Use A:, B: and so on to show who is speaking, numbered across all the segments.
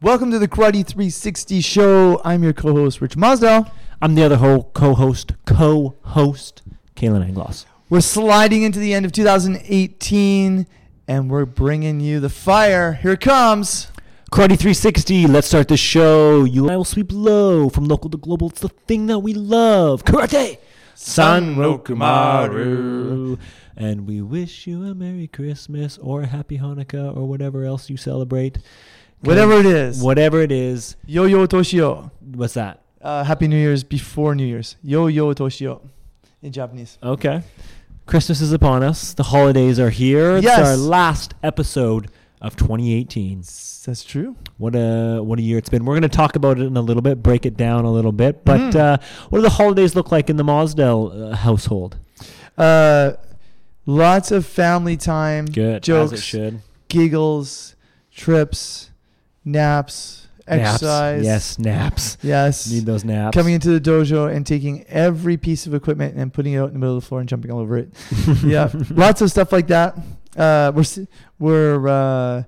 A: Welcome to the Karate 360 Show. I'm your co-host Rich Masdell.
B: I'm the other whole co-host, co-host, Kalen Anglos.
A: We're sliding into the end of 2018, and we're bringing you the fire. Here it comes.
B: Karate 360, let's start the show. You and I will sweep low from local to global. It's the thing that we love. Karate! San Rokumaru. And we wish you a Merry Christmas or a Happy Hanukkah or whatever else you celebrate.
A: Whatever it is.
B: Whatever it is.
A: Yo yo toshio.
B: What's that?
A: Uh, Happy New Year's before New Year's. Yo yo toshio, in Japanese.
B: Okay. Christmas is upon us. The holidays are here. It's
A: Yes.
B: our last episode of 2018.
A: That's true.
B: What a what a year it's been. We're going to talk about it in a little bit, break it down a little bit. But
A: Mhm.
B: uh, what do the holidays look like in the Mosdell uh, household?
A: Uh, lots of family time.
B: Good
A: Jokes.
B: as it should.
A: Giggles, trips, naps, exercise.
B: Naps. Yes, naps.
A: Yes.
B: Need those naps.
A: Coming into the dojo and taking every piece of equipment and putting it out in the middle of the floor and jumping all over it. yeah, lots of stuff like that. Uh, we're s- we're uh,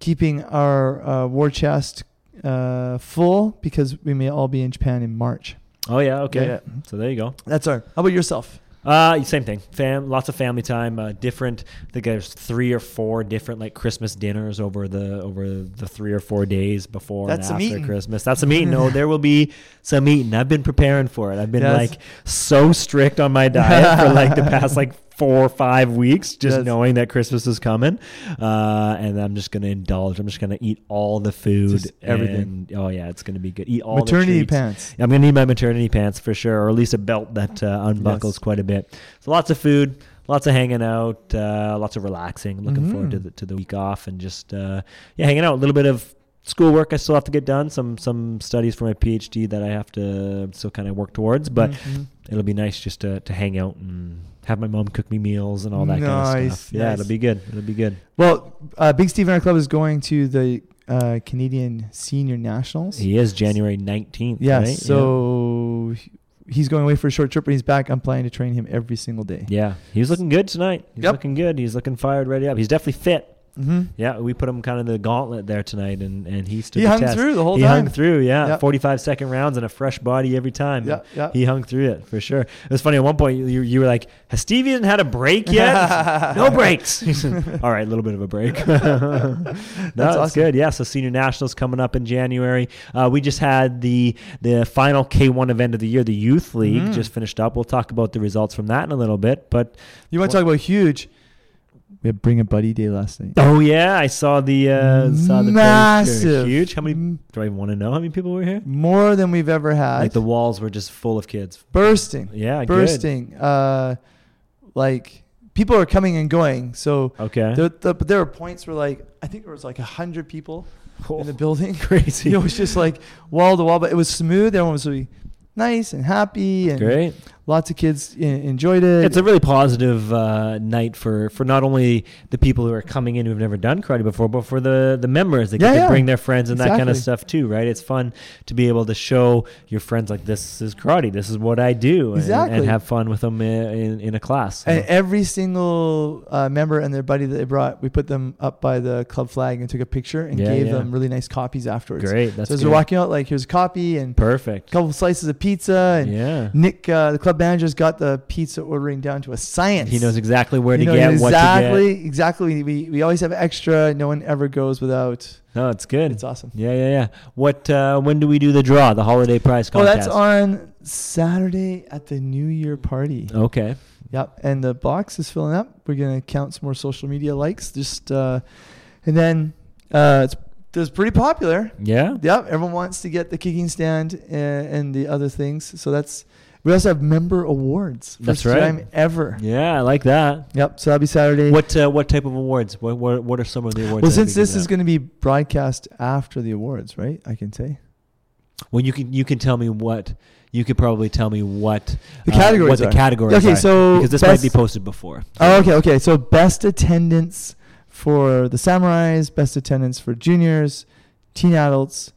A: keeping our uh, war chest uh, full because we may all be in Japan in March.
B: Oh yeah. Okay.
A: Yeah,
B: So there you go.
A: That's our. How about yourself?
B: Uh, same thing. Fam, lots of family time. Uh, different. I think there's three or four different like Christmas dinners over the over the three or four days before
A: That's some
B: and after
A: eating.
B: Christmas. That's a meeting. No, there will be some eating. I've been preparing for it. I've been
A: Yes.
B: like so strict on my diet for like the past like four or five weeks, just
A: Yes.
B: knowing that Christmas is coming. Uh, and I'm just gonna indulge. I'm just gonna eat all the food,
A: Just everything.
B: and- oh yeah, it's gonna be good. Eat all the
A: Maternity
B: treats.
A: pants.
B: I'm gonna need my maternity pants for sure, or at least a belt that uh, unbuckles
A: Yes.
B: quite a bit. So lots of food, lots of hanging out, uh, lots of relaxing. Looking
A: Mhm.
B: forward to the to the week off and just uh, yeah, hanging out. A little bit of schoolwork I still have to get done. Some some studies for my PhD that I have to still kind of work towards, but
A: Mhm.
B: it'll be nice just to to hang out and have my mom cook me meals and all that kind of
A: Nice,
B: stuff. Yeah,
A: nice.
B: it'll be good. It'll be good.
A: well, uh, Big Steve in our club is going to the uh, Canadian Senior Nationals.
B: He is January 19th.
A: Yeah,
B: right?
A: so he- he's going away for a short trip, but he's back. I'm planning to train him every single day.
B: Yeah, he was looking good tonight. He's
A: Yep.
B: looking good. He's looking fired, ready up. He's definitely fit.
A: Mm-hmm.
B: Yeah, we put him kind of the gauntlet there tonight, and, and he stood
A: He
B: the
A: hung
B: test.
A: through the whole
B: he
A: time.
B: hung through, yeah,
A: Yep.
B: forty-five second rounds and a fresh body every time.
A: Yeah, yeah.
B: He hung through it for sure. It was funny at one point you, you, you were like, "Has Steve even had a break yet? no breaks." He said, All right, a little bit of a break. no, that's
A: awesome.
B: good. Yeah, so senior nationals coming up in January. Uh, we just had the the final K one event of the year, the youth league,
A: Mhm.
B: just finished up. We'll talk about the results from that in a little bit, but
A: You want to talk about huge? We had Bring a Buddy Day last night.
B: Oh yeah, I saw the uh, saw
A: Massive.
B: the massive, huge. How many?
A: M-
B: Do I want to know how many people were here?
A: More than we've ever had.
B: Like the walls were just full of kids.
A: bursting.
B: Yeah,
A: bursting. Uh, like people are coming and going. So
B: Good. Okay.
A: there, the, but there were points where like I think there was like a hundred people in the building.
B: crazy.
A: it was just like wall to wall, but it was smooth. Everyone was really nice and happy, and
B: Great.
A: lots of kids e- enjoyed it.
B: It's a really positive uh, night for, for not only the people who are coming in who've never done karate before, but for the, the members. They
A: Yeah,
B: get
A: yeah.
B: to bring their friends and that kind of
A: Exactly.
B: stuff too, right? It's fun to be able to show your friends like this is karate, this is what I do, and- and,
A: Exactly.
B: have fun with them in, in, in a class. So-
A: And every single uh, member and their buddy that they brought, we put them up by the club flag and took a picture and
B: Yeah,
A: gave
B: yeah.
A: them really nice copies afterwards.
B: Great. That's
A: so as
B: good.
A: we're walking out, like here's a copy and a
B: perfect.
A: couple slices of pizza, and
B: Yeah.
A: Nick, uh, the club manager's got the pizza ordering down to a science.
B: He knows exactly where
A: You
B: to
A: know
B: get, what to
A: exactly, exactly. We we always have extra. No one ever goes without.
B: get. No, it's good.
A: It's awesome.
B: yeah, yeah, yeah. What? Uh, when do we do the draw? The holiday prize
A: Oh,
B: contest.
A: that's on Saturday at the New Year party.
B: Okay.
A: Yep, and the box is filling up. We're gonna count some more social media likes. Just uh, and then uh, it's, it's pretty popular.
B: Yeah.
A: Yep, everyone wants to get the kicking stand and, and the other things. So that's we also have member awards. First
B: That's right.
A: time ever.
B: Yeah, I like that.
A: Yep. So that'll be Saturday.
B: What? Uh, what type of awards? What? What, what are some of the awards?
A: well,
B: that we
A: since
B: can
A: this
B: give
A: is
B: out?
A: going to be broadcast after the awards, right? I can say
B: well, you can you can tell me what you could probably tell me what
A: the
B: uh,
A: categories.
B: what the
A: are.
B: categories
A: Okay,
B: are,
A: so
B: because this might be
A: best-
B: posted before.
A: Oh, okay, okay. So best attendance for the samurais, best attendance for juniors, teen adults,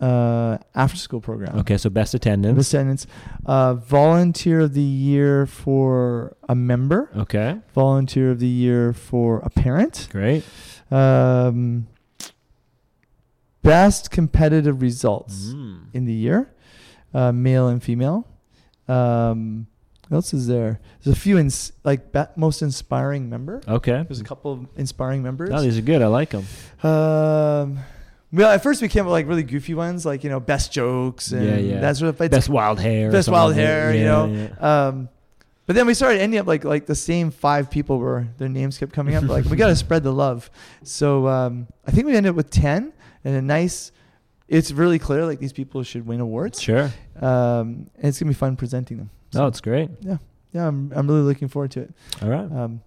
A: uh, after school program.
B: Okay, so best attendance.
A: Best attendance. Uh, volunteer of the year for a member.
B: Okay,
A: Volunteer of the year for a parent.
B: great.
A: Um, best competitive results
B: Mm.
A: in the year, uh, male and female. Um, what else is there? There's a few ins- like ba- most inspiring member.
B: Okay.
A: There's a couple of inspiring members.
B: No, these are good. I like them.
A: Um, well, at first we came up with like really goofy ones, like you know, best jokes and
B: Yeah, yeah.
A: that sort of. It's
B: Best wild hair. or
A: best
B: something
A: wild
B: like that.
A: hair, you
B: Yeah,
A: know.
B: yeah.
A: Um, but then we started ending up like like the same five people were their names kept coming up. Like we got to spread the love. So um, I think we ended up with ten and a nice. It's really clear like these people should win awards.
B: Sure.
A: Um, and it's gonna be fun presenting them.
B: No, it's great.
A: Yeah, I'm I'm really looking forward to it.
B: All right.
A: Um,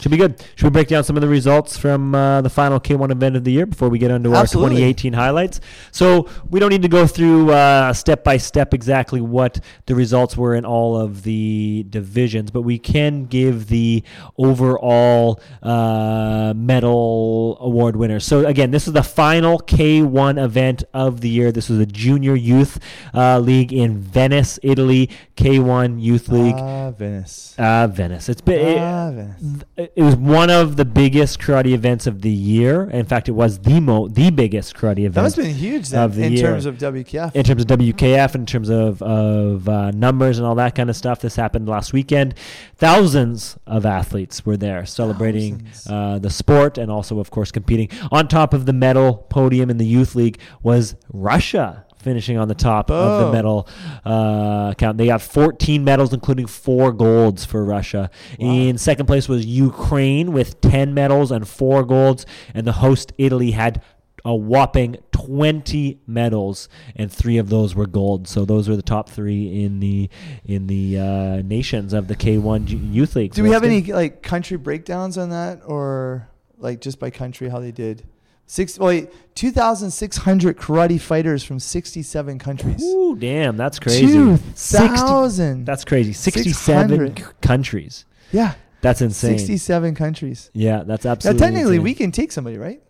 B: Should be good. Should we break down some of the results from uh, the final K1 event of the year before we get into
A: Absolutely.
B: our 2018 highlights? So we don't need to go through uh, step by step exactly what the results were in all of the divisions, but we can give the overall uh, medal award winner. So again, this is the final K1 event of the year. This was the Junior Youth uh, League in Venice, Italy. K1 Youth League.
A: Ah, Venice.
B: Uh, Venice. It's been it-
A: ah, Venice.
B: it it was one of the biggest karate events of the year. In fact, it was the mo- the biggest karate event
A: That must have been huge then,
B: of the
A: in
B: year.
A: terms of WKF.
B: in terms of WKF, in terms of of uh, numbers and all that kind of stuff. This happened last weekend. Thousands of athletes were there celebrating
A: Thousands.
B: uh, the sport and also, of course, competing. On top of the medal podium in the youth league was Russia. Finishing on the top of the
A: Oh.
B: medal uh, count, they got 14 medals, including four golds for Russia.
A: Wow.
B: In second place was Ukraine with 10 medals and four golds, and the host Italy had a whopping 20 medals, and three of those were gold. So those were the top three in the in the uh, nations of the K1 G- Youth League.
A: Do
B: So
A: we
B: that's
A: have any
B: good.
A: like country breakdowns on that, or like just by country how they did? Six wait, two thousand six hundred karate fighters from sixty-seven countries.
B: Ooh, damn, that's crazy.
A: Two
B: 60
A: thousand.
B: that's crazy. 67
A: 600.
B: c- countries.
A: Yeah,
B: That's insane.
A: sixty-seven countries.
B: yeah, that's
A: Now,
B: absolutely.
A: technically,
B: insane.
A: we can take somebody, right?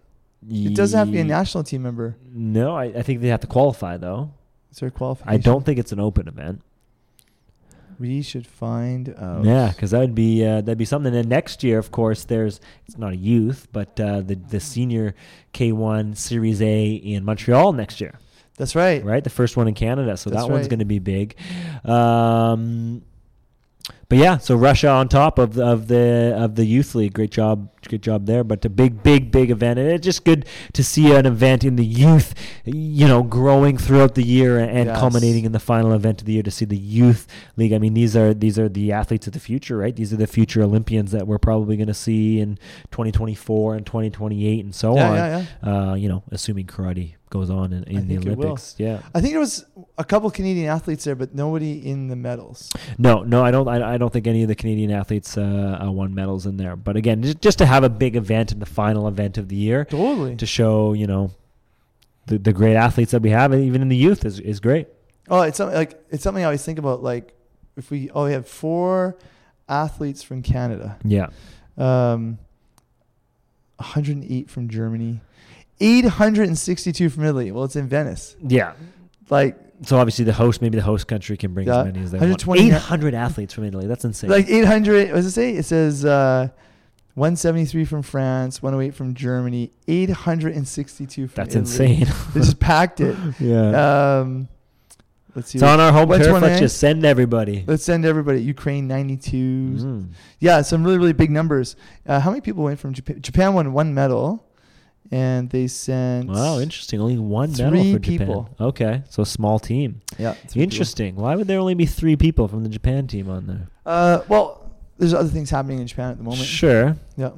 A: It doesn't have to be a
B: Ye-
A: national team member.
B: No, I, I think they have to qualify though.
A: Is there a qualification?
B: I don't think it's an open event.
A: We should find out.
B: Yeah, because that would be uh, that'd be something. And next year, of course, there's it's not a youth, but uh, the the senior K1 Series A in Montreal next year,
A: that's right.
B: right? The first one in Canada, so
A: That's
B: that one's
A: right.
B: going to be big. Um, but yeah, so Russia on top of the, of the of the youth league. Great job, good job there. But a big, big, big event, and it's just good to see an event in the youth, you know, growing throughout the year and
A: Yes.
B: culminating in the final event of the year. To see the youth league, I mean, these are these are the athletes of the future, right? These are the future Olympians that we're probably going to see in 2024 and 2028 and so
A: Yeah,
B: on.
A: yeah, yeah.
B: Uh, you know, assuming karate goes on in, in the
A: think it will.
B: Olympics. Yeah.
A: I think there was a couple Canadian athletes there, but nobody in the medals.
B: No, no, I don't. I, I don't think any of the Canadian athletes uh, uh, won medals in there. But again, just, just to have a big event and the final event of the year
A: Totally.
B: to show, you know, the, the great athletes that we have, and even in the youth, is is great.
A: Oh, it's something like it's something I always think about. Like if we oh we had four athletes from Canada,
B: Yeah,
A: um, 108 from Germany, 862 from Italy. Well, it's in Venice.
B: yeah.
A: Like
B: So obviously, the host, maybe the host country, can bring
A: Yeah.
B: as many as they want.
A: 120
B: Eight hundred athletes from Italy. That's insane.
A: like 800. What does it say? It says uh, 173 from France, 108 from Germany, 862 from
B: That's
A: Italy.
B: insane.
A: They just packed it.
B: yeah.
A: Um, let's see.
B: it's on our home
A: What's
B: turf.
A: one
B: Let's
A: name?
B: just send everybody.
A: Let's send everybody. Ukraine 92.
B: Mm.
A: Yeah, some really really big numbers. Uh, how many people went from Japan? Japan won one medal, and they sent
B: Wow, interesting. Only one medal
A: Three
B: for Japan.
A: people.
B: Okay, so a small team.
A: Yeah, three
B: Interesting. Why would there only be three people from the Japan team on there?
A: people. Uh, well, there's other things happening in Japan at the moment.
B: Sure.
A: Yeah,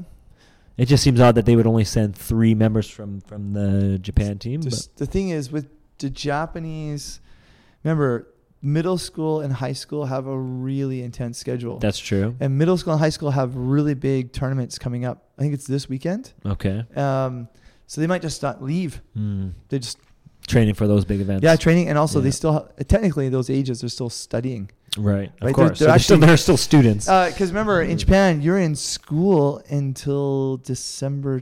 B: It just seems odd that they would only send three members from from the Japan team. but-
A: Just, the thing is with the Japanese. Remember, middle school and high school have a really intense schedule,
B: that's true.
A: and middle school and high school have really big tournaments coming up. I think it's this weekend.
B: Okay.
A: Um, so they might just not leave.
B: Mm.
A: They just
B: Training for those big events.
A: yeah training, and also
B: Yeah.
A: they still ha- technically those ages they're still studying.
B: Right. Of
A: Like, they're-
B: course.
A: they're
B: so they're, still,
A: actually- Uh,
B: they're still students.
A: Because remember, in Japan, you're in school until December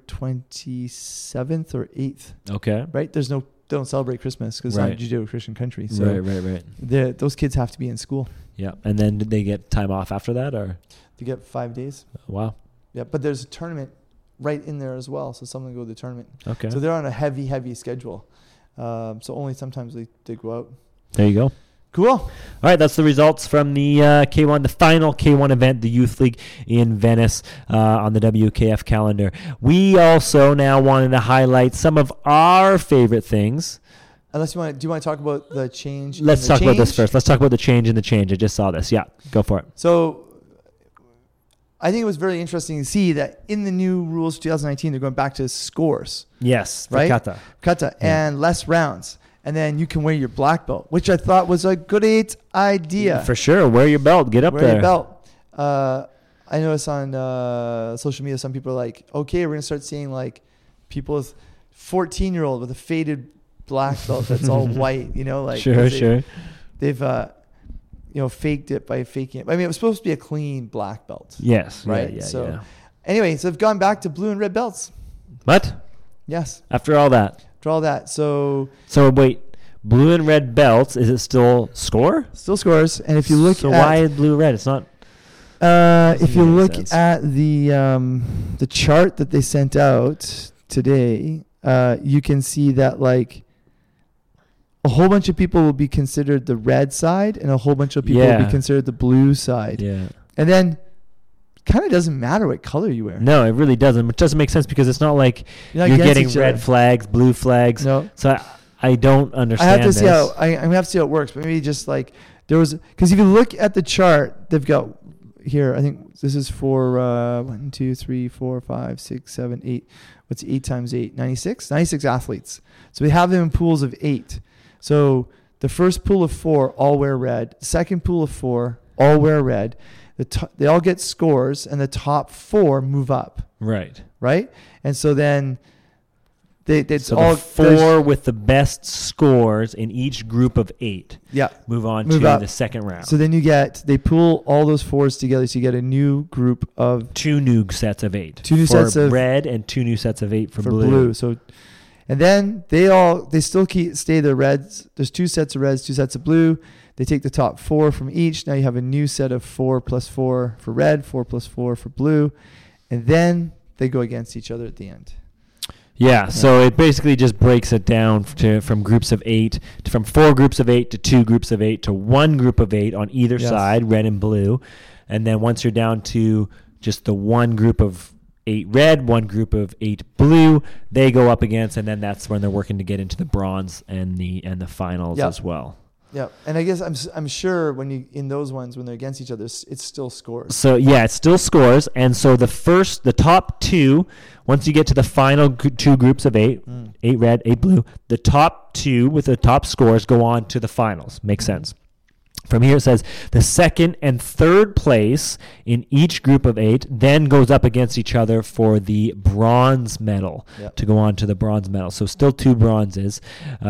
A: 27th or 8th,
B: okay.
A: right? There's no, they don't celebrate Christmas because
B: Right.
A: it's not a Judeo Christian country. So
B: right. Right. Right.
A: the- those kids have to be in school.
B: Yeah. And then did they get time off after that, or
A: They get five days.
B: wow.
A: Yeah, but there's a tournament right in there as well. So some of them go to the tournament.
B: Okay.
A: So they're on a heavy, heavy schedule. Um, so only sometimes they, they go out.
B: There you go.
A: Cool.
B: All right, that's the results from the uh, K1, the final K1 event, the Youth League in Venice uh, on the WKF calendar. We also now wanted to highlight some of our favorite things.
A: Unless you want, do you want to talk about the change? in
B: Let's
A: the
B: talk about this
A: change?
B: first. Let's talk about the change in the change. I just saw this. Yeah, go for it.
A: So I think it was very interesting to see that in the new rules for 2019, they're going back to scores,
B: Yes,
A: Right?
B: Kata.
A: kata,
B: Yeah.
A: and less rounds. And then you can wear your black belt, which I thought was a great idea.
B: For sure. Wear your belt. Get up
A: wear
B: there.
A: your belt. Uh, I noticed on uh, social media, some people are like, okay, we're going to start seeing like people with 14 year old with a faded black belt that's all white, you know, like
B: sure,
A: 'cause they-
B: sure.
A: They've, uh, you know, faked it by faking it. I mean, it was supposed to be a clean black belt.
B: Yes.
A: Right,
B: Yeah, yeah,
A: so-
B: yeah.
A: Anyway, so they've gone back to blue and red belts.
B: What?
A: Yes,
B: After all that.
A: draw that. So
B: So wait, blue and red belts, is it still score?
A: still scores. And if you look
B: so
A: at
B: why is blue red? It's not
A: uh,
B: Doesn't
A: if you
B: make any
A: look
B: sense.
A: at the um, the chart that they sent out today, uh, you can see that like a whole bunch of people will be considered the red side, and a whole bunch of people will
B: Yeah.
A: be considered the blue side.
B: Yeah.
A: And then kind of doesn't matter what color you wear.
B: No, it really doesn't. Which doesn't make sense because it's not like
A: not
B: you're
A: against
B: getting
A: each
B: red
A: other.
B: flags, blue flags.
A: No.
B: So I, I don't understand.
A: I have to see
B: this.
A: how I, I have to see how it works, but maybe just like there was because if you look at the chart, they've got here. I think this is for uh, one, two, three, four, five, six, seven, eight. What's eight times eight? 96? 96 athletes. So we have them in pools of eight. So the first pool of four all wear red. Second pool of four all wear red. The to they all get scores, and the top four move up,
B: Right.
A: right? And so then they it's
B: so
A: all
B: the four with the best scores in each group of eight
A: Yeah.
B: move on
A: Move
B: to
A: up.
B: the second round.
A: So then you get they pull all those fours together, so you get a new group of
B: two new sets of eight.
A: Two new
B: for
A: sets of-
B: red and two new sets of eight for,
A: for, blue. So, and then they all they still keep stay the reds. There's two sets of reds, two sets of blue. They take the top four from each. Now you have a new set of four plus four for red, four plus four for blue, and then they go against each other at the end.
B: Yeah, so it basically just breaks it down f- to from groups of eight, to, from four groups of eight to two groups of eight to one group of eight on either
A: Yes.
B: side, red and blue, and then once you're down to just the one group of eight red, one group of eight blue, they go up against, and then that's when they're working to get into the bronze and the and the finals
A: Yeah.
B: as well.
A: Yeah, and I guess I'm s- I'm sure when you in those ones when they're against each other, s- it's still scores.
B: So yeah, it still scores, and so the first, the top two, once you get to the final gr- two groups of eight,
A: Mm.
B: eight red, eight blue. The top two with the top scores go on to the finals. Makes
A: Mm.
B: sense. From here it says the second and third place in each group of eight then goes up against each other for the bronze medal
A: Yep.
B: to go on to the bronze medal. So still two bronzes,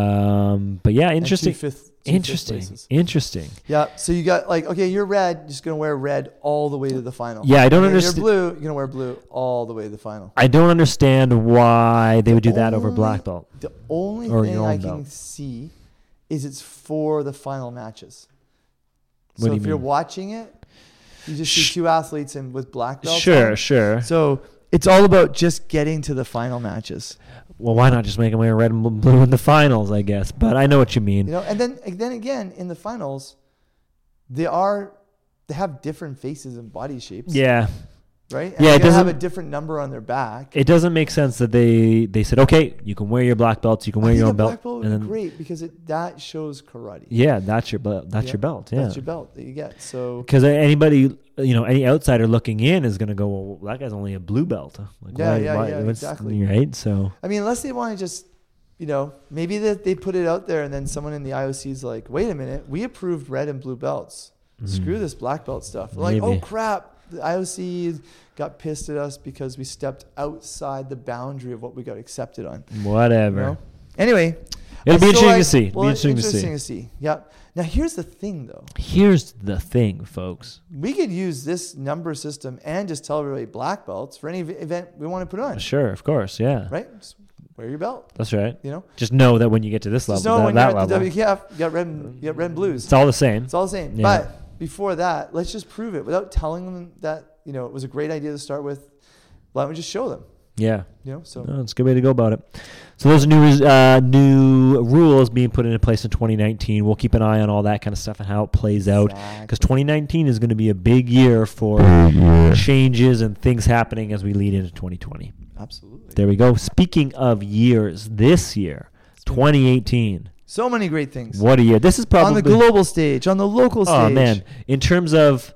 B: um, but yeah,
A: And two
B: interesting,
A: fifth- two fifth
B: interesting,
A: places.
B: interesting.
A: Yeah. So you got like, okay, you're red. You're just gonna wear red all the way to the final.
B: Yeah, I don't
A: And
B: understa-
A: You're blue. You're gonna wear blue all the way to the final.
B: I don't understand why they would do that over
A: Only-
B: black belt.
A: The only
B: Or
A: thing
B: your
A: I
B: own
A: can
B: belt.
A: see is it's for the final matches.
B: What
A: so
B: do you
A: if you're
B: mean?
A: watching it, you just
B: Sh-
A: see two athletes and with black belts.
B: Sure,
A: on.
B: sure.
A: So it's all about just getting to the final matches,
B: Well, why not just make them wear red and blue in the finals? I guess, but I know what you mean.
A: you know. And then and then again in the finals, they are they have different faces and body shapes.
B: Yeah,
A: Right. And
B: Yeah, it
A: They have a
B: doesn't-
A: different number on their back.
B: it doesn't make sense that they they said okay, you can wear your black belts, you can
A: I
B: wear
A: think
B: your
A: a
B: own belt,
A: black belt would
B: and
A: be
B: then
A: great because it that shows karate.
B: yeah, that's your belt. That's
A: Yeah,
B: your belt. Yeah,
A: That's your belt that you get. So
B: because anybody you know any outsider looking in is gonna go, well, that guy's only a blue belt. Like,
A: Yeah, yeah, yeah,
B: what's-
A: exactly.
B: Right, so
A: I mean, unless they want to just, you know, maybe that they put it out there and then someone in the IOC is like, wait a minute, we approved red and blue belts. Screw this black belt stuff. They're Like, oh
B: Mm-hmm. Maybe.
A: crap, the IOC got pissed at us because we stepped outside the boundary of what we got accepted on. you
B: whatever.
A: know? Anyway, I
B: It'll be
A: still
B: interesting to
A: like-
B: see. It'll be
A: well,
B: interesting to see.
A: interesting to see. Yep. Now here's the thing, though.
B: Here's the thing, folks.
A: we could use this number system and just tell everybody black belts for any ev- event we want to put on,
B: Sure, of course, yeah,
A: right? Just wear your belt,
B: that's right.
A: you know.
B: Just know that when you get to this level,
A: Just know
B: that,
A: when
B: that
A: you're at
B: level,
A: the WKF, you got red, and- you got red and blues.
B: it's all the same.
A: It's all the same.
B: Yeah.
A: But before that, let's just prove it without telling them that you know it was a great idea to start with. Why don't we just show them?
B: Yeah.
A: You know, so
B: No, it's a good way to go about it. So those are new res- uh, new rules being put into place in 2019. We'll keep an eye on all that kind of stuff and how it plays out because 2019 is going to be a big year for changes and things happening as we lead into 2020.
A: absolutely.
B: There we go. Speaking of years, this year, 2018.
A: so many great things
B: What a year! This is probably
A: on the global stage, on the local stage.
B: Oh man, in terms of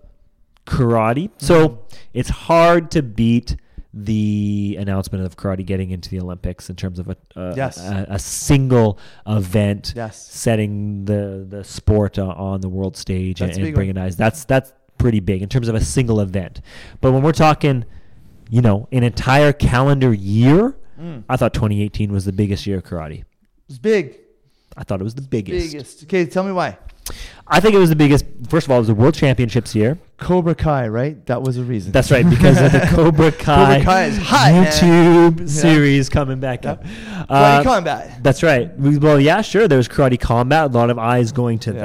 B: karate, so
A: Mm-hmm.
B: it's hard to beat the announcement of karate getting into the Olympics in terms of a a,
A: Yes.
B: a, a single event
A: Yes.
B: setting the the sport uh, on the world stage
A: That's a
B: and,
A: big
B: and
A: one.
B: bringing eyes. That's that's pretty big in terms of a single event. But when we're talking, you know, an entire calendar year,
A: Mm.
B: I thought 2018 was the biggest year of karate.
A: It's big.
B: I thought it was the
A: Biggest. Okay, tell me why.
B: I think it was the biggest. First of all, it was the World Championships here.
A: Cobra Kai, right? That was a reason.
B: That's right, because of the Cobra Kai,
A: Kai is hot, man.
B: YouTube
A: Yeah.
B: series coming back
A: Yeah.
B: up.
A: Karate
B: Uh,
A: combat.
B: that's right. We- Well, yeah, sure. There was karate combat. A lot of eyes going to
A: Yes.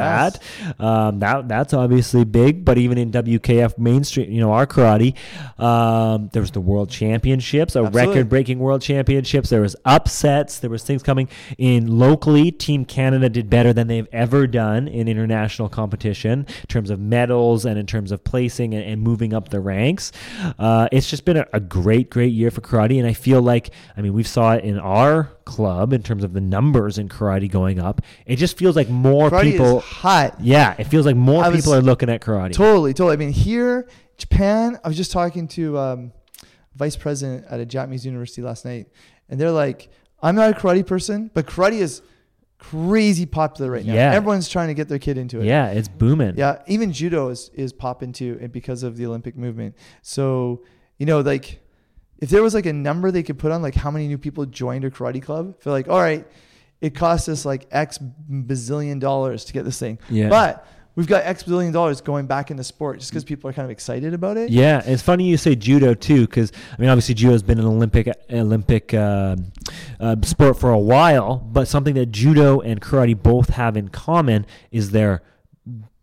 B: that. Um, that that's obviously big. But even in WKF mainstream, you know, our karate, um, there was the world championships, a
A: Absolutely.
B: record-breaking world championships. There was upsets. There was things coming in locally. Team Canada did better than they've ever done in international competition in terms of medals and in terms of placing and, and moving up the ranks. Uh, it's just been a, a great, great year for karate, and I feel like I mean we saw it in our club in terms of the numbers in karate going up. It just feels like more
A: Karate
B: people.
A: is hot.
B: yeah, it feels like more
A: I was
B: people are looking at karate.
A: Totally, totally. I mean, here, Japan. I was just talking to um, vice president at a Japanese university last night, and they're like, "I'm not a karate person, but karate is crazy popular right now.
B: Yeah.
A: Everyone's trying to get their kid into it.
B: yeah, it's booming.
A: yeah. Even judo is is popping too, and because of the Olympic movement. So, you know, like, if there was like a number they could put on, like how many new people joined a karate club, feel like, all right, it cost us like X bazillion dollars to get this thing.
B: yeah.
A: But we've got X billion dollars going back into sport just because people are kind of excited about it.
B: Yeah, it's funny you say judo too, because I mean, obviously judo has been an Olympic Olympic um uh, sport for a while, but something that judo and karate both have in common is they're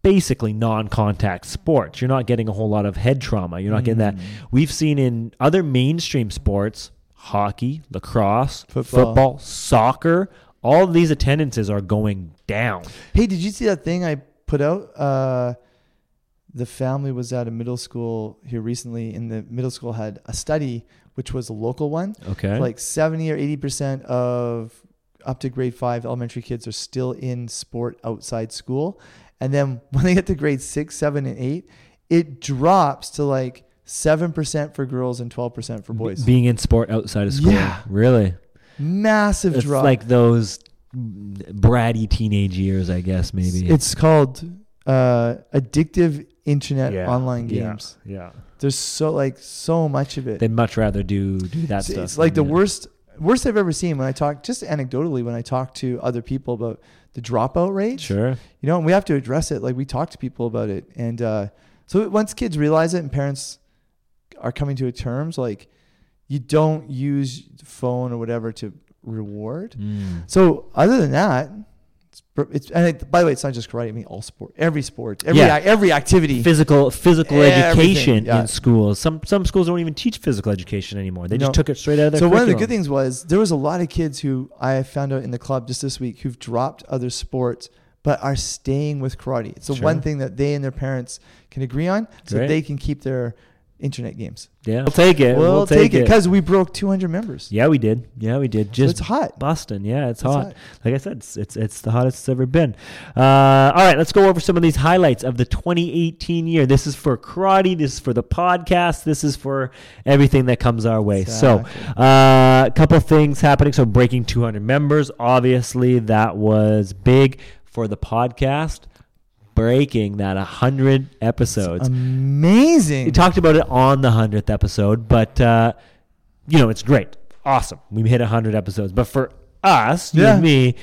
B: basically non-contact sports. You're not getting a whole lot of head trauma. You're not getting that.
A: Mm.
B: We've seen in other mainstream sports, hockey, lacrosse,
A: Football.
B: football soccer. All of these attendances are going down.
A: Hey, did you see that thing I put out? Uh, the family was at a middle school here recently, and the middle school had a study, which was a local one.
B: Okay.
A: Like 70 or 80% of up to grade five elementary kids are still in sport outside school. And then when they get to grade six, seven, and eight, it drops to like 7% for girls and 12% for boys.
B: being in sport outside of school.
A: Yeah.
B: Really.
A: Massive
B: it's
A: drop.
B: like those bratty teenage years, I guess. Maybe
A: It's called uh, addictive internet
B: Yeah,
A: online
B: yeah.
A: games.
B: yeah.
A: There's so like so much of it.
B: They'd much rather do do that
A: it's,
B: stuff.
A: it's like the
B: Yeah.
A: worst worst I've ever seen when I talk just anecdotally when I talk to other people about the dropout rate.
B: Sure.
A: You know, and we have to address it. Like we talk to people about it, and uh, so once kids realize it and parents are coming to terms, like you don't use phone or whatever to reward.
B: Mm.
A: So other than that, it's, it's and it, by the way, it's not just karate. I mean, all sport, every sport, every
B: Yeah.
A: ac- every activity.
B: Physical physical
A: Everything,
B: education
A: yeah.
B: in schools. Some some schools don't even teach physical education anymore. They
A: No.
B: just took it straight out of their.
A: So one of the
B: curriculum.
A: good things was there was a lot of kids who I found out in the club just this week who've dropped other sports but are staying with karate. It's the
B: Sure.
A: one thing that they and their parents can agree on, so
B: Great.
A: they can keep their internet games.
B: Yeah, we'll take it.
A: we'll, take, it
B: it.
A: because we broke 200 members.
B: Yeah, we did. Yeah, we did.
A: So
B: Just
A: it's hot.
B: Boston. Yeah,
A: It's
B: it's, hot.
A: hot.
B: Like I said, it's, it's it's the hottest it's ever been. Uh, all right, let's go over some of these highlights of the 2018 year. This is for karate. This is for the podcast. This is for everything that comes our way. So,
A: Exactly.
B: uh, a couple things happening. So, breaking 200 members. Obviously, that was big for the podcast. Breaking that 100 episodes.
A: Amazing.
B: We talked about it on the hundredth episode, but uh, you know it's great, awesome. We hit hundred episodes, but for us, you
A: Yeah.
B: and me,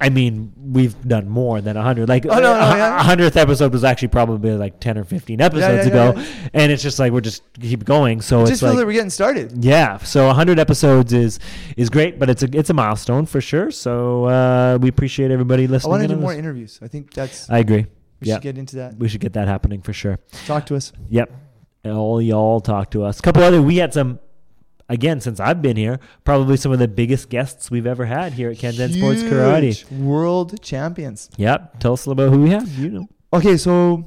B: I mean, we've done more than hundred. Like
A: Oh, no, no,
B: a-
A: yeah.
B: a hundredth episode was actually probably like ten or fifteen episodes
A: yeah, yeah,
B: ago, and it's just like we're just keep going. So
A: just
B: it's
A: feel
B: like
A: that we're getting started.
B: yeah, so 100 episodes is is great, but it's a it's a milestone for sure. So uh, we appreciate everybody
A: I
B: listening.
A: want to
B: in
A: do
B: on
A: more
B: this.
A: interviews. I think that's
B: I agree.
A: we
B: yeah.
A: should get into that.
B: We should get that happening for sure.
A: Talk to us.
B: Yep. All y'all talk to us. couple other, we had some again, since I've been here, probably some of the biggest guests we've ever had here at Kanzen Sports Karate.
A: Huge World champions.
B: Yep. Tell us about who we have. You know.
A: Okay, so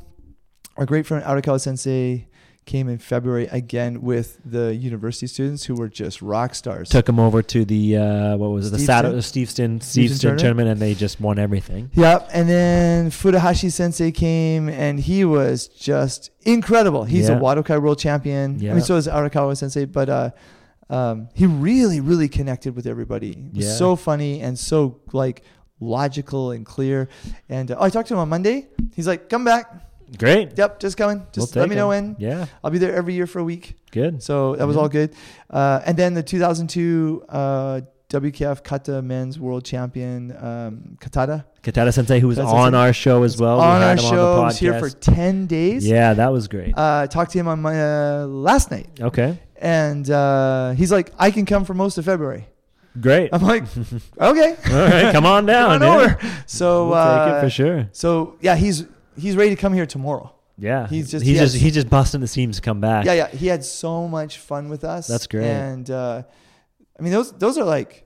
A: our great friend Arakawa Sensei came in February again with the university students who were just rock stars.
B: Took him over to the, uh, what was it, the
A: Steve
B: Saturday,
A: Stin-
B: Steve Stin,
A: Steve
B: Steve
A: Stin
B: Stin
A: tournament?
B: tournament, and they just won everything.
A: Yep. And then Furuhashi Sensei came and he was just incredible. He's
B: Yeah.
A: a Wadokai world champion. I
B: Yeah.
A: mean, so is Arakawa Sensei, but uh, um, he really, really connected with everybody. He was
B: Yeah.
A: so funny and so like logical and clear. And uh, oh, I talked to him on Monday. He's like, come back.
B: Great.
A: Yep. Just coming. Just
B: We'll
A: let
B: take
A: me know when.
B: him. Yeah.
A: I'll be there every year for a week.
B: Good.
A: So that was
B: Yeah.
A: all good. Uh, and then the 2002 uh, WKF Kata Men's World Champion um, Katada
B: Katata Sensei, who was
A: Katata
B: on
A: Sensei.
B: our show as well. Oh, We
A: on
B: had
A: our
B: him
A: show.
B: On the
A: He's here for
B: podcast.
A: 10 days.
B: yeah, that was great.
A: Uh, talked to him on my uh, last night,
B: Okay.
A: and uh, he's like, "I can come for most of February."
B: Great.
A: I'm like, "Okay,
B: All right, come on down.
A: uh, on
B: yeah.
A: over." So,
B: We'll
A: uh,
B: take it for sure.
A: so yeah, he's he's ready to come here tomorrow.
B: Yeah,
A: he's just-
B: he's
A: he
B: just
A: has-
B: he's just busting the seams to come back.
A: Yeah, yeah, he had so much fun with us.
B: That's great.
A: And uh, I mean, those those are like,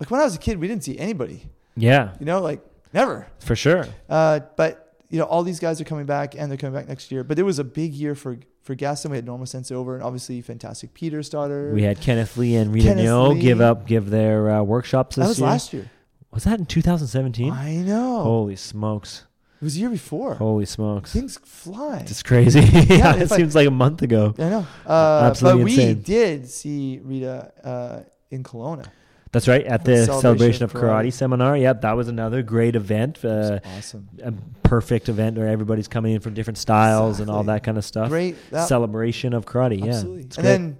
A: like when I was a kid, we didn't see anybody.
B: Yeah,
A: You know, like never.
B: for sure.
A: Uh, but you know, all these guys are coming back, and they're coming back next year. But there was a big year for for Gaston. We had Norma Sensei over, and obviously, fantastic Peter's daughter.
B: We had Kenneth Lee and Rita
A: Kenneth
B: Neal
A: Lee.
B: give up give their uh, workshops this
A: that was
B: year.
A: last year.
B: was that in 2017?
A: I know.
B: Holy smokes!
A: It was the year before.
B: Holy smokes!
A: Things fly.
B: It's crazy. yeah, it
A: it's like-
B: seems like a month ago.
A: I know. Uh,
B: Absolutely
A: but we
B: insane.
A: did see Rita uh, in Kelowna.
B: That's right at the
A: Celebration
B: celebration of
A: of
B: karate,
A: Karate.
B: seminar. Yep, that was another great event.
A: It
B: Uh,
A: was awesome.
B: a perfect event where everybody's coming in from different styles and all
A: Exactly.
B: that kind of stuff.
A: Great. That,
B: celebration of
A: absolutely.
B: karate. Yeah, it's
A: and
B: great.
A: then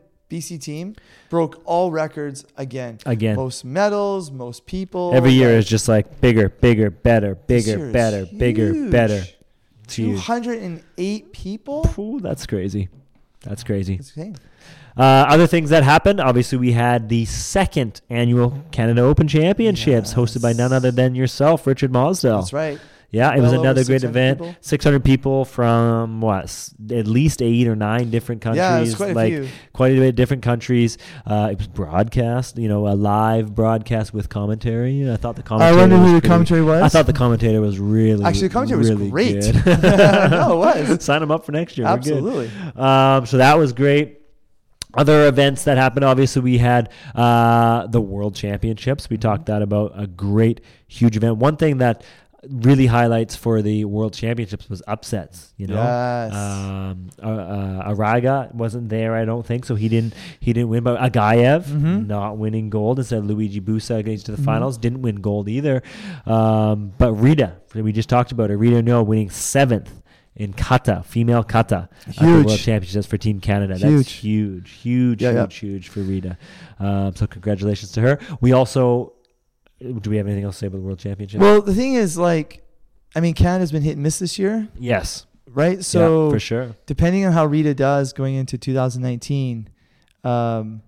A: BC team broke all records again.
B: again.
A: Most medals, most people.
B: Every year
A: like,
B: is just like bigger, bigger, better,
A: this
B: bigger,
A: year is
B: better, bigger,
A: huge.
B: better. It's huge.
A: 208 people?
B: Ooh, that's crazy. That's crazy.
A: That's insane.
B: Uh, other things that happened obviously, we had the second annual Canada Open Championships hosted by none
A: Yes.
B: other than yourself, Richard Mosdell.
A: That's right.
B: Yeah, it was
A: Well over
B: another great
A: 600
B: event.
A: people.
B: 600 people from what? s- At least eight or nine different countries.
A: Yeah, it's quite a
B: like,
A: few.
B: Quite a bit of different countries. Uh, it was broadcast, you know, a live broadcast with commentary. I thought the commentary. was pretty-
A: was.
B: I thought the commentator was really
A: Actually, the commentary was
B: really
A: great.
B: good.
A: No, it was.
B: Sign him up for next year. We're good.
A: Absolutely.
B: Um, so that was great. Other events that happened, obviously, we had uh, the World Championships. We
A: Mm-hmm.
B: talked that about a great, huge event. One thing that really highlights for the World Championships was upsets. You know,
A: Yes.
B: um, uh, uh, Araga wasn't there, I don't think, so he didn't he didn't win. But Agaev
A: Mhm.
B: not winning gold instead of Luigi Busa getting
A: Mm-hmm.
B: to the finals didn't win gold either. Um, but Rita, we just talked about her, Rita No winning seventh. In kata, female kata, at the
A: Huge.
B: World Championships for Team Canada.
A: Huge.
B: That's huge, huge,
A: Yeah, yeah.
B: huge, huge for Rita. Um, so congratulations to her. We also, do we have anything else to say about the World Championships?
A: Well, the thing is, like, I mean, Canada's been hit and miss this year,
B: yes.
A: right?
B: Yeah,
A: So
B: for sure.
A: depending on how Rita does going into 2019, um,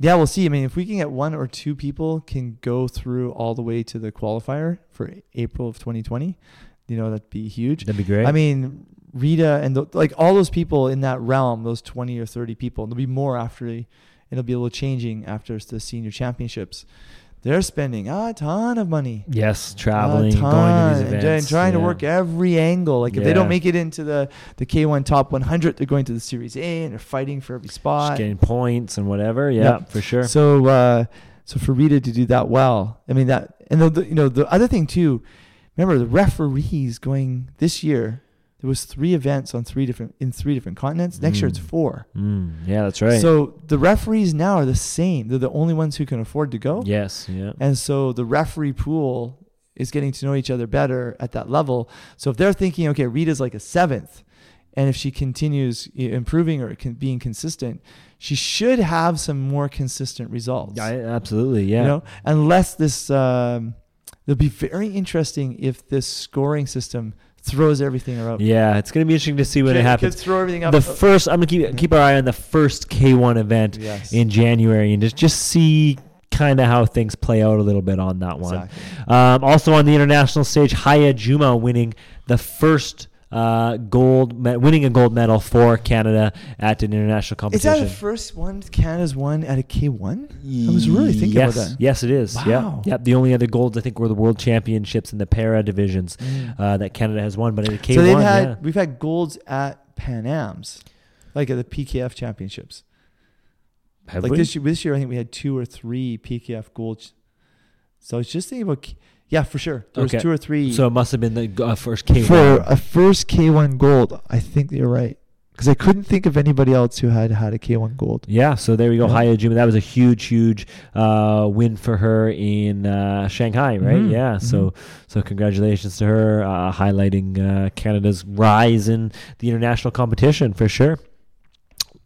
A: yeah, we'll see. I mean, if we can get one or two people can go through all the way to the qualifier for April of 2020, you know, that'd be huge.
B: That'd be great.
A: I mean, Rita and tho- like all those people in that realm, those 20 or 30 people, and there'll be more after, and it'll be a little changing after the senior championships. They're spending a ton of money.
B: Yes,
A: a
B: traveling, going to
A: ton,
B: these
A: and
B: events,
A: then trying to
B: yeah.
A: work every angle. Like if they
B: Yeah.
A: don't make it into the, the K1 top 100, they're going to the Series A and they're fighting for every
B: Just
A: spot.
B: getting points and whatever. Yeah,
A: Yeah.
B: for sure.
A: So, uh, so for Rita to do that well, I mean that, and the, the you know the other thing too, remember the referees going this year. There was three events on three different in three different continents. Next year it's
B: Mm.
A: four.
B: Mm, yeah, that's right.
A: So the referees now are the same. They're the only ones who can afford to go.
B: yes, yeah,
A: And so the referee pool is getting to know each other better at that level. So if they're thinking, okay, Rita's like a seventh, and if she continues i- improving or con- being consistent, she should have some more consistent results.
B: yeah, I- absolutely. Yeah,
A: You know, unless this, um, it'll be very interesting if this scoring system throws everything around.
B: yeah. It's gonna be interesting to see when it
A: Could-
B: happens.
A: Could throw everything up. Uh, Mm-hmm.
B: The first, I'm gonna keep keep our eye on the first K1 event
A: Yes.
B: in January and just just see kind of how things play out a little bit on that one.
A: Exactly.
B: Um, also on the international stage, Haya Juma winning the first uh, gold, me- winning a gold medal for Canada at an international
A: Is
B: competition.
A: that the first one Canada's won at a K one? I was really thinking about
B: yes,
A: that.
B: Yes, it is.
A: Wow.
B: Yeah, yeah. The only other golds I think were the world championships in the para divisions uh, that Canada has won, but in the K
A: so
B: one,
A: they've had
B: yeah.
A: we've had golds at Pan Am's, like at the PKF championships.
B: Have
A: like
B: we?
A: this year, this year, I think we had two or three PKF gold. ch- So I was just thinking about, K- yeah, for sure. There
B: Okay.
A: was two or three.
B: so it must have been the uh, first K
A: for
B: one.
A: a first K1 gold, I think you're right because I couldn't think of anybody else who had had a K1 gold.
B: Yeah, so there we go.
A: Yeah.
B: Haya Juma. That was a huge, huge uh, win for her in uh, Shanghai, right?
A: Mhm.
B: Yeah. So, so congratulations to her, uh, highlighting uh, Canada's rise in the international competition for sure.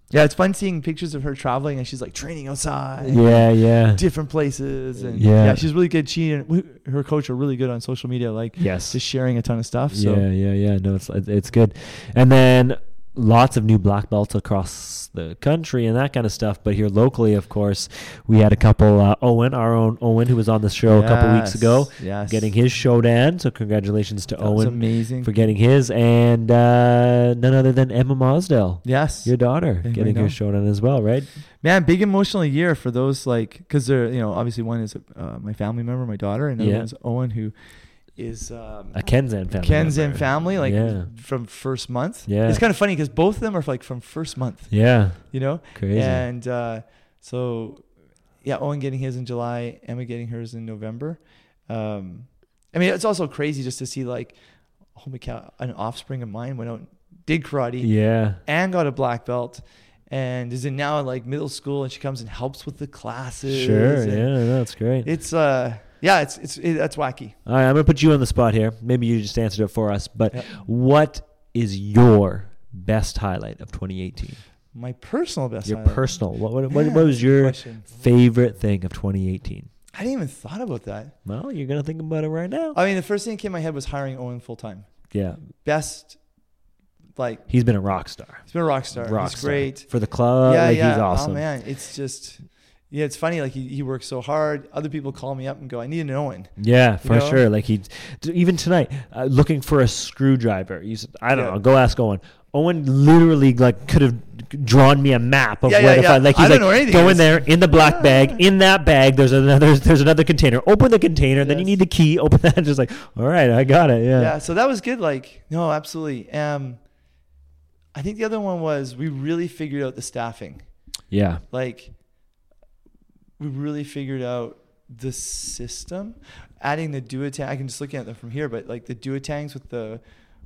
A: Yeah, it's fun seeing pictures of her traveling and she's like training outside.
B: Yeah, yeah,
A: Different places and yeah.
B: Yeah.
A: she's really good. She and her coach are really good on social media, like
B: yes.
A: just sharing a ton of stuff. So
B: Yeah, yeah, yeah. No, it's it- it's good. And then lots of new black belts across the country and that kind of stuff. But here locally, of course, we had a couple. Uh, Owen, our own Owen, who was on the show a couple weeks ago,
A: yes.
B: getting his showdown. So congratulations to
A: That was
B: Owen
A: amazing.
B: for getting his, and uh, none other than Emma Mosdell.
A: yes,
B: Your daughter
A: Yeah, my
B: getting her
A: daughter.
B: showdown as well, right?
A: man, big emotional year for those like because they're you know obviously one is uh, my family member, my daughter, and the
B: Yeah.
A: other one's Owen who is um,
B: A Kenzan family.
A: Ken's
B: member.
A: and family like
B: Yeah.
A: from first month.
B: Yeah.
A: it's kind of funny because both of them are like from first month,
B: Yeah,
A: you know,
B: crazy.
A: and uh, so yeah, Owen getting his in July, Emma getting hers in November. Um, I mean, it's also crazy just to see like, holy cow, an offspring of mine went out, and did karate,
B: Yeah,
A: and got a black belt and is in now in like middle school and she comes and helps with the classes.
B: sure.
A: and
B: Yeah, no, that's great.
A: It's uh yeah, it's it's it, that's wacky.
B: All right, I'm going to put you on the spot here. Maybe you just answered it for us, but
A: Yep.
B: what is your best highlight of 2018?
A: My personal best
B: your
A: highlight.
B: personal. What, what, what,
A: Man,
B: what was
A: good
B: your
A: question.
B: favorite thing of 2018?
A: I didn't even thought about that.
B: Well, you're going to think about it right now.
A: I mean, the first thing that came to my head was hiring Owen full time.
B: yeah.
A: Best like
B: He's been a rock star.
A: he's been a rock star.
B: rock
A: he's
B: star.
A: great.
B: For the club.
A: yeah,
B: like,
A: yeah.
B: He's
A: Oh
B: awesome.
A: man, it's just yeah, it's funny. Like he, he works so hard. Other people call me up and go, "I need an Owen."
B: Yeah, for
A: know?
B: sure. Like he, d- even tonight, uh, looking for a screwdriver. You said, I don't
A: Yeah.
B: know. Go ask Owen. Owen literally like could have drawn me a map of
A: Yeah,
B: where
A: yeah,
B: to find.
A: yeah.
B: Like
A: I
B: he's
A: don't
B: like,
A: know anything.
B: go
A: I
B: in
A: just-
B: there in the black bag. In that bag, there's another. There's another container. Open the container. Then you
A: Yes.
B: need the key. Open that. Just like, all right, I got it. Yeah.
A: yeah so that was good like no absolutely um i think the other one was we really figured out the staffing
B: Yeah.
A: like we really figured out the system adding the duotang i can just look at them from here but like the duotangs with the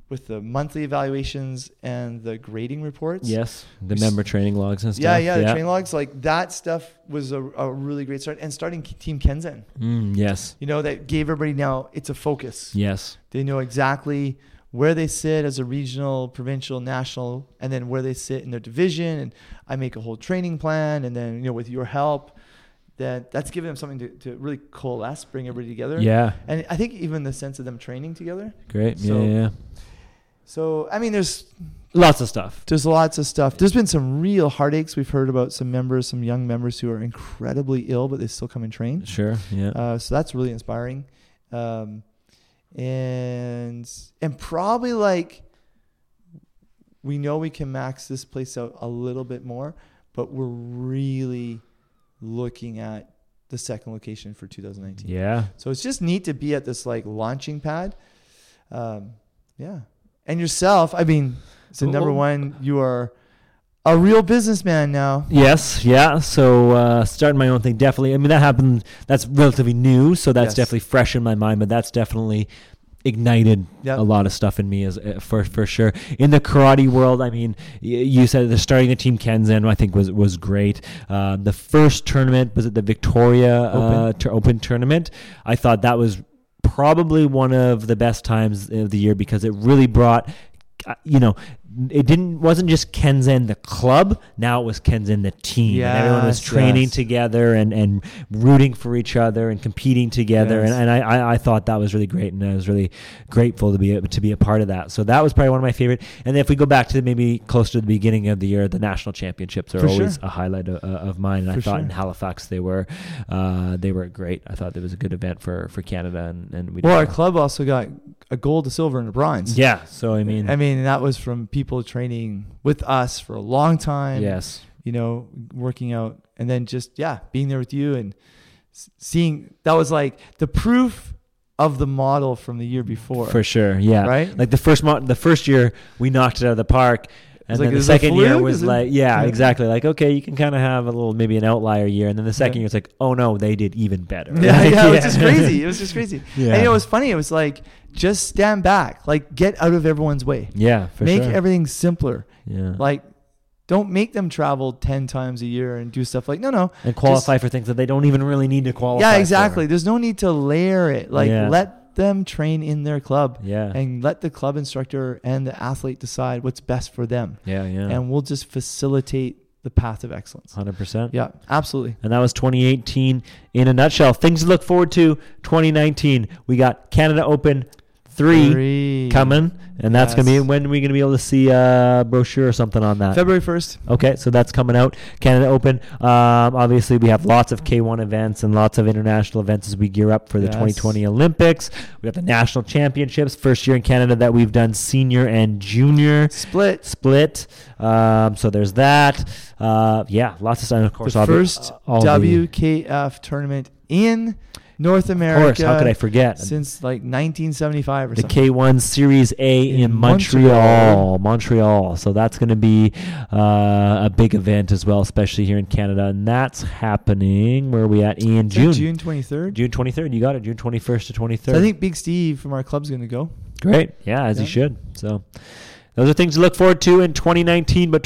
A: with the monthly evaluations and the grading reports
B: Yes. The
A: We s-
B: member training logs and stuff.
A: yeah, yeah, the train logs, like that stuff was a, a really great start. And starting Team Kenzen,
B: Mm, yes.
A: you know, that gave everybody now it's a focus.
B: Yes.
A: They know exactly where they sit as a regional, provincial, national, and then where they sit in their division. And I make a whole training plan, and then you know with your help, that that's giving them something to, to really coalesce, bring everybody together.
B: Yeah.
A: And I think even the sense of them training together.
B: Great.
A: So-
B: yeah. Yeah.
A: So I mean, there's
B: Lots of stuff.
A: there's lots of stuff. There's been some real heartaches. We've heard about some members, some young members who are incredibly ill, but they still come and train.
B: Sure. Yeah.
A: Uh, so that's really inspiring. Um, and and probably like we know we can max this place out a little bit more, but we're really looking at the second location for 2019.
B: yeah.
A: So it's just neat to be at this like launching pad. Um, yeah. And yourself, I mean, so number
B: Well-
A: one, you are a real businessman now.
B: Yes, yeah. So uh, starting my own thing, definitely. I mean, that happened. That's relatively new, so that's
A: Yes.
B: definitely fresh in my mind. But that's definitely ignited
A: Yep.
B: a lot of stuff in me as uh, for for sure. In the karate world, I mean, y- you said the starting the team Kenzen, I think was was great. Uh, the first tournament was at the Victoria Uh,
A: Open.
B: tur- Open tournament. I thought that was probably one of the best times of the year because it really brought uh, you know it didn't wasn't just Kenzen the club. Now it was Kenzen the team. and everyone was
A: Yes,
B: training
A: yes.
B: together and, and rooting for each other and competing together.
A: Yes.
B: And, and I, I, I thought that was really great, and I was really grateful to be a, to be a part of that. So that was probably one of my favorite. And then if we go back to maybe close to the beginning of the year, the national championships are
A: For
B: always
A: sure.
B: a highlight of, of mine. And I
A: For
B: thought
A: sure.
B: in Halifax they were uh, they were great. I thought it was a good event for, for Canada, and, and we did
A: Well, our
B: well.
A: club also got a gold, a silver, and a bronze.
B: yeah. So I mean,
A: I mean, that was from people training with us for a long time.
B: yes.
A: You know, working out and then just, yeah, being there with you and s- seeing that was like the proof of the model from the year before.
B: For sure, yeah.
A: Right?
B: Like the first mo- the first year we knocked it out of the park, and
A: It's like,
B: then the
A: is it a
B: second year
A: fluke?
B: was
A: Is it-
B: like, yeah,
A: Yeah.
B: exactly. Like okay, you can kind of have a little maybe an outlier year, and then the
A: Yeah.
B: second year it's like, oh no, they did even better.
A: Yeah,
B: Like,
A: yeah, it was just crazy. It was just crazy.
B: Yeah.
A: And you know, it was funny. It was like, just stand back, like, get out of everyone's way,
B: yeah, for
A: make
B: sure.
A: everything simpler.
B: yeah,
A: Like, don't make them travel 10 times a year and do stuff like, no, no,
B: and qualify for things that they don't even really need to qualify.
A: yeah
B: for.
A: exactly there's no need to layer it like
B: Yeah.
A: let them train in their club
B: Yeah,
A: and let the club instructor and the athlete decide what's best for them
B: yeah, yeah.
A: and we'll just facilitate the path of excellence
B: Hundred percent.
A: yeah absolutely
B: And that was 2018 in a nutshell. Things to look forward to 2019. We got Canada Open three,
A: Three.
B: coming, and that's gonna be
A: Yes.
B: when are we gonna be able to see a brochure or something on that.
A: february 1st
B: Okay, so that's coming out. Canada Open. Um, obviously, we have lots of K1 events and lots of international events as we gear up for the
A: Yes.
B: 2020 Olympics. We have the national championships, first year in Canada that we've done senior and junior
A: split
B: split. Um, so there's that. Uh, yeah, lots of stuff. And Of course,
A: the
B: obvi-
A: first
B: uh, all the-
A: wkf tournament in north
B: Of
A: america
B: course, how could I forget?
A: since like 1975 or
B: the
A: something
B: K1 Series A in,
A: In
B: Montreal.
A: Montreal.
B: Montreal. So that's going to be uh, a big event as well, especially here in Canada. And that's happening, where are we at? In
A: Is that
B: June.
A: june 23rd
B: June 23rd. You got it. June 21st to 23rd.
A: So i think big steve from our club's gonna go
B: Great. Yeah, as you
A: Yeah.
B: should. So those are things to look forward to in 2019, but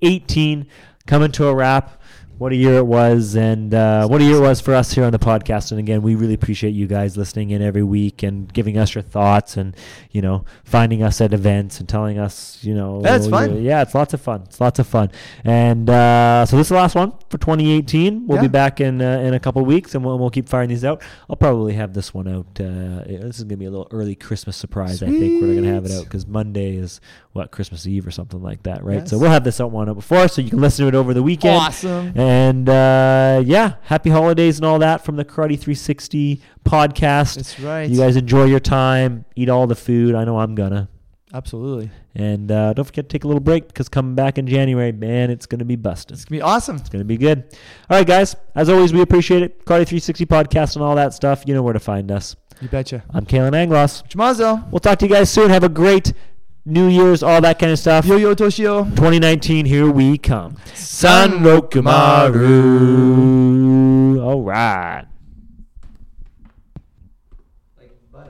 B: 2018 coming to a wrap. What a year it was, and uh, what a year it was for us here on the podcast. And again, we really appreciate you guys listening in every week and giving us your thoughts, and you know, finding us at events and telling us, you know,
A: That's fun.
B: Yeah, it's lots of fun. It's lots of fun. And uh, so this is the last one for 2018. We'll be
A: Yeah.
B: back in uh, in a couple weeks, and we'll, we'll keep firing these out. I'll probably have this one out. Uh, this is gonna be a little early Christmas surprise. I think we're gonna have it out
A: Sweet.
B: because Monday is what Christmas Eve or something like that, right? So
A: Yes.
B: we'll have this out one out before, so you can listen to it over the weekend.
A: awesome
B: And uh, yeah, happy holidays and all that from the Karate 360 podcast.
A: that's right
B: you guys enjoy your time, eat all the food. I know I'm gonna.
A: absolutely
B: And uh, don't forget to take a little break because coming back in January, man, it's going to be busting.
A: it's gonna be awesome
B: It's going to be good. All right, guys. As always, we appreciate it. Cardi 360 podcast and all that stuff. You know where to find us.
A: You betcha.
B: I'm Kalen Anglos.
A: Chamazo.
B: We'll talk to you guys soon. Have a great New Year's, all that kind of stuff.
A: Yo yo Toshio.
B: 2019, here we come.
A: San Rokumaru.
B: All right.